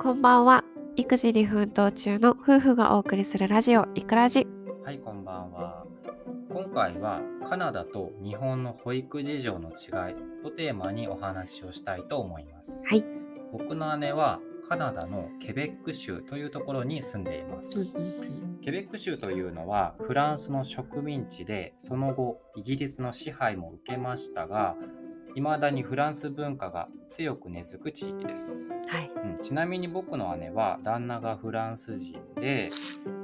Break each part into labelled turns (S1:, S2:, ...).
S1: こんばんは育児に奮闘中の夫婦がお送りするラジオいくらじ
S2: はい、こんばんは。今回はカナダと日本の保育事情の違いをテーマにお話をしたいと思います。
S1: はい。
S2: 僕の姉はカナダのケベック州というところに住んでいます。ケベック州というのはフランスの植民地でその後イギリスの支配も受けましたが未だにフランス文化が強く根付く地域です、
S1: はい
S2: うん、ちなみに僕の姉は旦那がフランス人で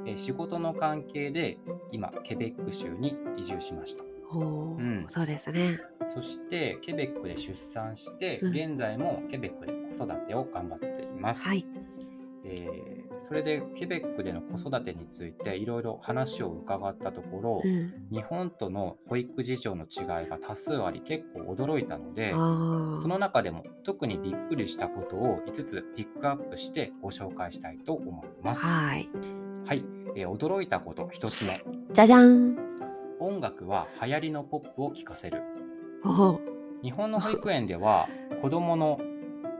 S2: えー仕事の関係で今ケベック州に移住しました
S1: おー
S2: うん
S1: そうですね
S2: そしてケベックで出産して
S1: うん
S2: 現在もケベックで子育てを頑張っています、
S1: はい
S2: えーそれでケベックでの子育てについていろいろ話を伺ったところ、
S1: うん
S2: 日本との保育事情の違いが多数あり結構驚いたので
S1: あー
S2: その中でも特にびっくりしたことを5つピックアップしてご紹介したいと思います。、
S1: はいい
S2: えー驚いたこと1つ目
S1: じゃじゃん
S2: 音楽は流行りのポップを聴かせる
S1: おー
S2: 日本の保育園 では子どもの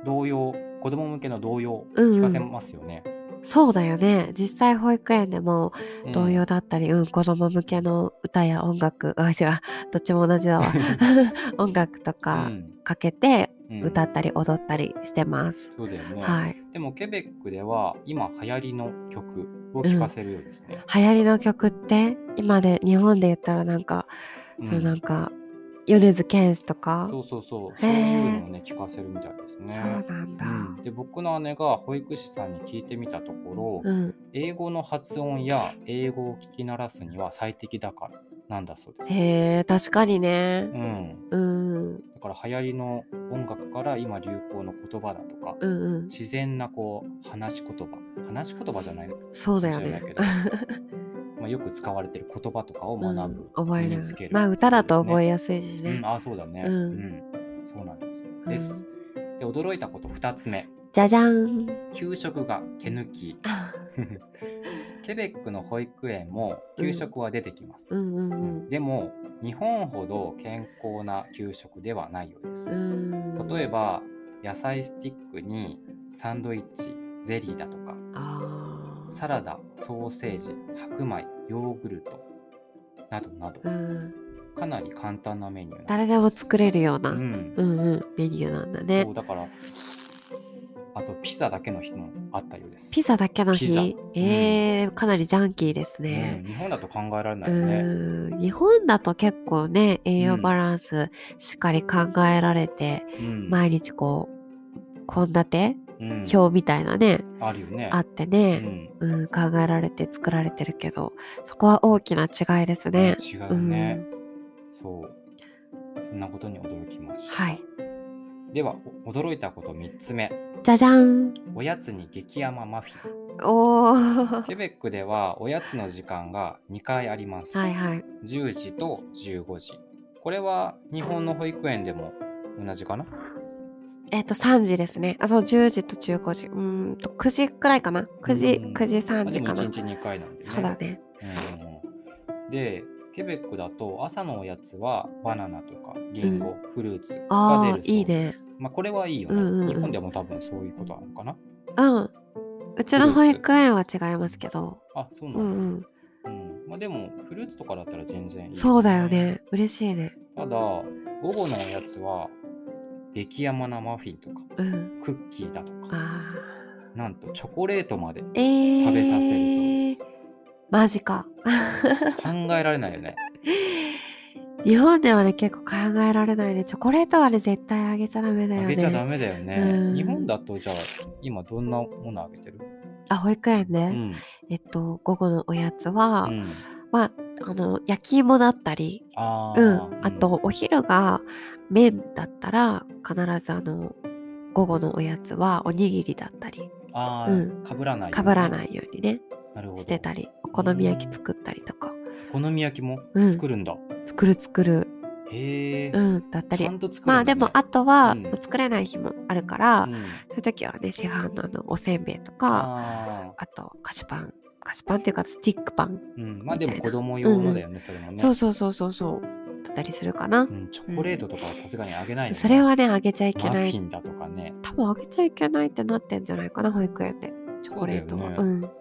S2: 童謡子ども向けの童謡
S1: うんうん
S2: 聞かせますよね。
S1: そうだよね実際保育園でも
S2: うん
S1: 童謡だったり、うん子供向けの歌や音楽あ違うどっちも同じだ わ音楽とか
S2: うん
S1: かけて
S2: うん
S1: 歌ったり踊ったりしてます、
S2: そうだよね、
S1: はい
S2: でもケベックでは今流行りの曲を聴かせるようですね。
S1: 流行りの曲って今で日本で言ったらなんか、
S2: うん
S1: そのなんか米津玄師とか
S2: そうそうそう、
S1: へ
S2: そ
S1: ー
S2: ういうのをね聞かせるみたいですね。
S1: そうなんだ、
S2: うんで僕の姉が保育士さんに聞いてみたところ、
S1: うん、
S2: 英語の発音や英語を聞き慣らすには最適だからなんだそうです。
S1: へえ確かにね
S2: うん、
S1: うんうん
S2: だから流行りの音楽から今流行の言葉だとか、
S1: うん
S2: 自然なこう話し言葉話し言葉じゃないか
S1: そう
S2: も
S1: だ
S2: し
S1: よ
S2: れな
S1: ね
S2: いけど、 まあ、よく使われてる言葉とかを
S1: うん
S2: 学ぶ、
S1: 覚え
S2: 身
S1: る
S2: につける
S1: まあ歌だと
S2: そうですね
S1: 覚えやすいしね、
S2: うん、あそうだね、
S1: うん
S2: うんそうなんですよ、
S1: ん
S2: ですで驚いたこと2つ目
S1: じゃじゃん
S2: 給食が毛抜きケベックの保育園も給食は出てきま
S1: う
S2: す、
S1: んうんうん
S2: でも日本ほど健康な給食ではないようで
S1: う
S2: す、
S1: ん
S2: 例えば野菜スティックにサンドイッチゼリーだとか
S1: あー
S2: サラダソーセージ白米ヨーグルトなどなど
S1: うん、
S2: かなり簡単なメニューなんす
S1: 誰でも作れるような、
S2: う
S1: うん、
S2: ん
S1: うんメニューなんだね
S2: そうだからあとピザだけの日もあったようです
S1: ピザだけの
S2: ピザ
S1: 日、えーかなりジャンキーです
S2: う
S1: ね
S2: ん、。日本だと考え
S1: う
S2: られないよね
S1: ーん日本だと結構ね栄養バランスしっかり考えられて、
S2: うん
S1: 毎日こう献立
S2: うん
S1: 表みたいなね、
S2: あるよね
S1: あって
S2: う
S1: ね、
S2: ん
S1: うん考えられて作られてるけどそこは大きな違いですね。
S2: 違うね、そうそんなことに驚きました、
S1: はい、
S2: ではお驚いたこと3つ目
S1: じゃじゃん
S2: おやつに激甘マフィン
S1: おー
S2: ケベックではおやつの時間が2回あります、
S1: はいはい
S2: 10時と15時これは日本の保育園でも同じかな
S1: えっ、と3時ですねあそう10時と15時うーんと9時くらいかな9時
S2: うん
S1: 9時3
S2: あで
S1: 時
S2: も
S1: かな
S2: 1日2回なんでね
S1: そうだね
S2: うんでケベックだと朝のおやつはバナナとかリンゴ、フルーツ
S1: あー
S2: が出るそうです
S1: いいね
S2: まあ、これはいいよね、
S1: うんうんうん
S2: 日本でも多分そういうことなのかな
S1: うんうちの
S2: フ
S1: 保
S2: ルーツ
S1: 育園は違いますけど
S2: あそうな
S1: うん
S2: だ、
S1: ん
S2: うんまあ、でもフルーツとかだったら全然いい、
S1: うんそうだよね嬉しいね
S2: ただ午後のおやつは激甘なマフィンとか
S1: うん
S2: クッキーだとか
S1: あ
S2: なんとチョコレートまで
S1: ーえー、
S2: 食べさせるそうです、
S1: マジか
S2: 考えられないよね
S1: 日本ではね結構考えられないねチョコレートはね絶対あげちゃダメだよ
S2: あ
S1: ね
S2: げちゃダメだよね、
S1: うん
S2: 日本だとじゃあ今どんなものあげてる、
S1: あ保育園で、
S2: うん
S1: えっと午後のおやつは、
S2: うん
S1: まああの焼き芋だったり
S2: あー
S1: うん、あと、お昼が麺だったら必ずあの午後のおやつはおにぎりだったり
S2: あ
S1: う
S2: かぶらないよね、
S1: かぶらないようにね
S2: なるほど
S1: してたりお好み焼き作ったりとか
S2: お好み焼きも
S1: うん
S2: 作るんだ、
S1: 作る作る、
S2: へえ、
S1: うん、だった
S2: ち
S1: り
S2: ゃんと作るん
S1: まあで
S2: だね
S1: もあとは、
S2: うん
S1: 作れない日もあるから、
S2: うん
S1: そういう時はね市販のあのおせんべいとか
S2: あ
S1: あと菓子パン菓子パンっていうかスティックパン、
S2: ーうんまあで
S1: み
S2: も
S1: たいな
S2: 子供用のだよね、それもね
S1: そうそうそうそうそうだったりするかな
S2: う。ん、チョコレートとかはさすがにあげないよね
S1: それはね、あげちゃいけ
S2: マフ
S1: な
S2: ィ
S1: い。
S2: ンだとかね、
S1: 多分あげちゃいけないってなってんじゃないかな、保育園で。チョコレートは。
S2: そう
S1: う
S2: だよ
S1: ん。
S2: うん、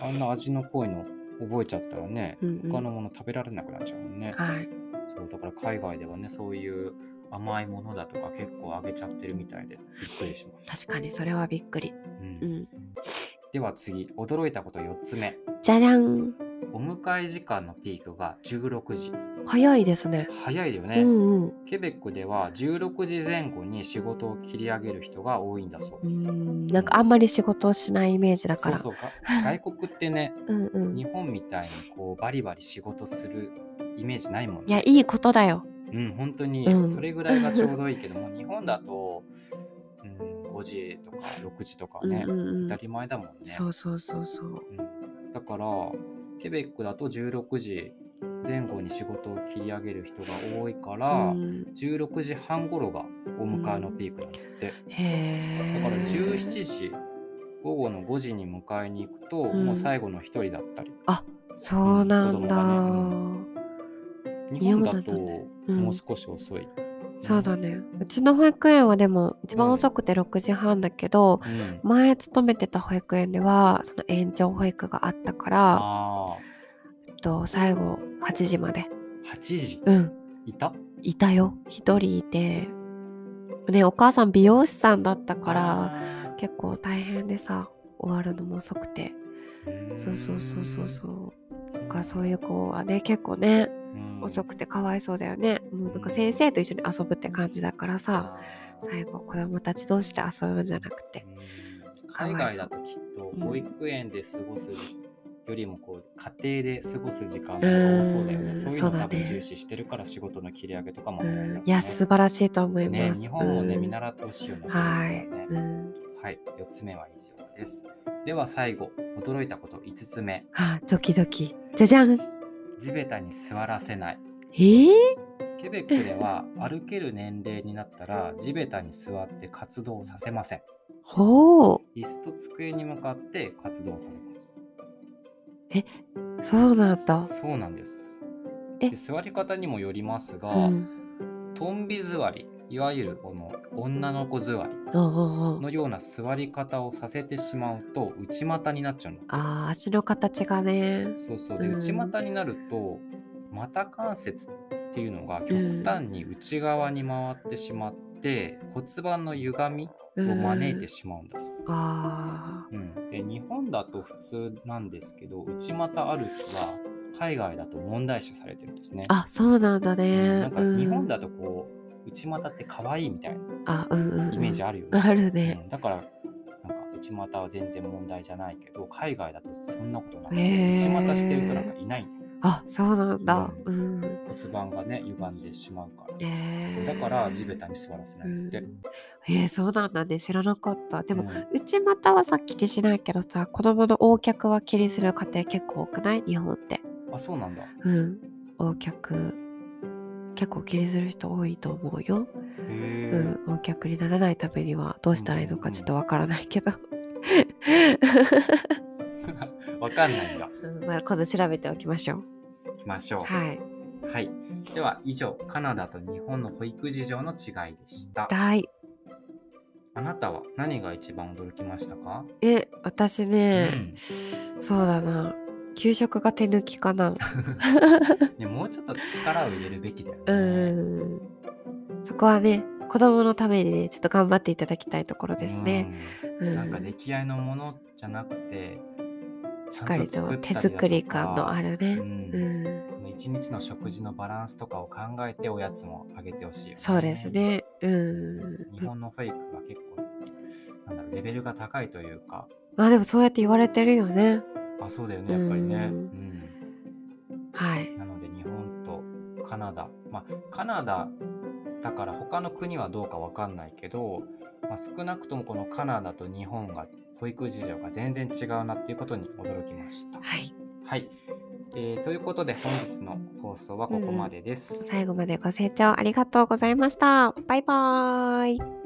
S2: あんな味の濃いの覚えちゃったらね
S1: うんうん
S2: 他のもの食べられなくなっちゃうもんね、
S1: はい。
S2: そうだから海外ではねそういう甘いものだとか結構あげちゃってるみたいでびっくりしました、
S1: 確かにそれはびっくり。
S2: うん
S1: うん。
S2: では次驚いたこと4つ目
S1: じゃじゃん。
S2: お迎え時間のピークが16時
S1: 早いですね。
S2: 早いよ
S1: う
S2: ね、
S1: んうん。
S2: ケベックでは16時前後に仕事を切り上げる人が多いんだそ
S1: う
S2: う
S1: ーんなんかあんまり仕事をしないイメージだから。
S2: そうそうか外国ってね
S1: うんうん。い
S2: 日本みたいにこうバリバリ仕事するイメージないもんね
S1: や、いいことだよ。
S2: うん、本当に
S1: うん
S2: それぐらいがちょうどいいけども、日本だと、うん、5時とか6時とか
S1: うん
S2: ね、
S1: うんう
S2: 当
S1: ん
S2: た。り前だもんね。
S1: そうそうそうそう。
S2: うんだから、ケベックだと16時前後に仕事を切り上げる人が多いから、
S1: うん
S2: 16時半頃がお迎えのピークなんだって。
S1: へ
S2: だ
S1: え。
S2: から17時、午後の5時に迎えに行くと、
S1: ん
S2: もう最後の1人だったり。
S1: そうなんだ。
S2: うん日本だ
S1: 日
S2: と
S1: 本だとうん
S2: もう少し遅い。
S1: そうだね。うちの保育園はでも一番遅くて6時半だけど、
S2: うん。
S1: 前勤めてた保育園ではその延長保育があったから、
S2: ああ、
S1: えっと最後8時まで。
S2: 8時
S1: うん。
S2: いた
S1: いたよ。一人いて。ね、お母さん美容師さんだったから
S2: ら
S1: 結構大変でさ終わるのも遅くてそうそうそうそう
S2: う
S1: そうなんかそういう子はね結構ね
S2: ーん、
S1: 遅
S2: く
S1: くてかわいそうだよねもうなんか先生と一緒に遊ぶって感じだからさ最後子供たち同士で遊ぶんじゃなくてかわい
S2: 海
S1: そう
S2: 外だときっと
S1: うん
S2: 保育園で過ごすよりもこう家庭で過ごす時間が多そうだよ
S1: う
S2: ね。
S1: ん
S2: そういうの
S1: そうだ
S2: 多
S1: ね
S2: 分重視してるから仕事の切り上げとかも
S1: う
S2: 多いんだろうんね
S1: いや素晴らしいと思い
S2: ね
S1: ます、
S2: 日本をね
S1: うん
S2: 見習ってほしいよね。
S1: はい、
S2: 本当だね
S1: うん、
S2: はい、4つ目は以上です。では最後、驚いたこと5つ目、
S1: はあドキドキじゃじゃん
S2: 地べたに座らせない。
S1: えー、
S2: ケベック では歩ける年齢になったら地べたに座って活動させません。
S1: ほう
S2: 椅子と机に向かって活動させます。
S1: そうなんだ
S2: そうなんです。
S1: え
S2: で座り方にもよりますが、
S1: うん
S2: トンビ座り、いわゆるこの女の子座り
S1: おうおうおう
S2: のような座り方をさせてしまうと内股になっちゃうの。
S1: あー足の形がね
S2: そうそうで、
S1: うん
S2: 内股になると股関節っていうのが極端に内側に回ってしまって、骨盤の歪み
S1: う
S2: を
S1: ん
S2: 招いてしまうんだそう。
S1: あ
S2: うん、で日本だと普通なんですけど内股歩きは海外だと問題視されてるんですね。
S1: ーあそうなんだ
S2: うん
S1: ね
S2: なんか
S1: うん
S2: 日本だとこう内股って可愛いみたいな
S1: あうんうんうん
S2: イメージあるよね。
S1: あるね
S2: うんだからなんか内股は全然問題じゃないけど海外だとそんなことなくて、
S1: へー
S2: 内股してる人なんかいない
S1: あそうなんだ
S2: う
S1: うん
S2: 骨盤がね歪んでしまうから。
S1: えー
S2: だから地べたに座らせないって。
S1: うんえー、そうなんだね知らなかったでも、
S2: うん
S1: 内股はさっき気にしないけどさ子供の横脚は気にする家庭結構多くない日本って
S2: あそうなんだ。へ
S1: うん横脚結構気にする人多いと思うよ、う
S2: え。
S1: ん、横脚にならないためにはどうしたらいいのかちょっとわからないけど、
S2: わかんないんだ。
S1: うんまあ、今度調べておきましょう
S2: 行きましょう。
S1: はい
S2: はい。では以上、カナダと日本の保育事情の違いでした。
S1: はい
S2: あなたは何が一番驚きましたか、
S1: え私
S2: う
S1: ね、
S2: ん
S1: そうだな給食が手抜きかな
S2: ね、もうちょっと力を入れるべきだよね。
S1: うんそこはね子供のためにねちょっと頑張っていただきたいところですね。う
S2: うん
S1: ん
S2: なんか出来合いのものじゃなくて、し
S1: しっかりと手作り感のある
S2: う、
S1: ね。うんん、
S2: その一日の食事のバランスとかを考えておやつもあげてほしいよ、
S1: そうです。ね。うん。
S2: 日本のフェイクは結構、なんだろう、レベルが高いというか、
S1: まあでもそうやって言われてるよね。
S2: あ、そうだよね、やっぱりね。
S1: うん
S2: うん
S1: はい。
S2: なので日本とカナダ、まあ、カナダだから他の国はどうかわかんないけど、まあ、少なくともこのカナダと日本が保育事情が全然違うなっていうことに驚きました。
S1: はい。
S2: はい、えーということで本日の放送はここまでです。
S1: 最後までご清聴ありがとうございました。バイバーイ。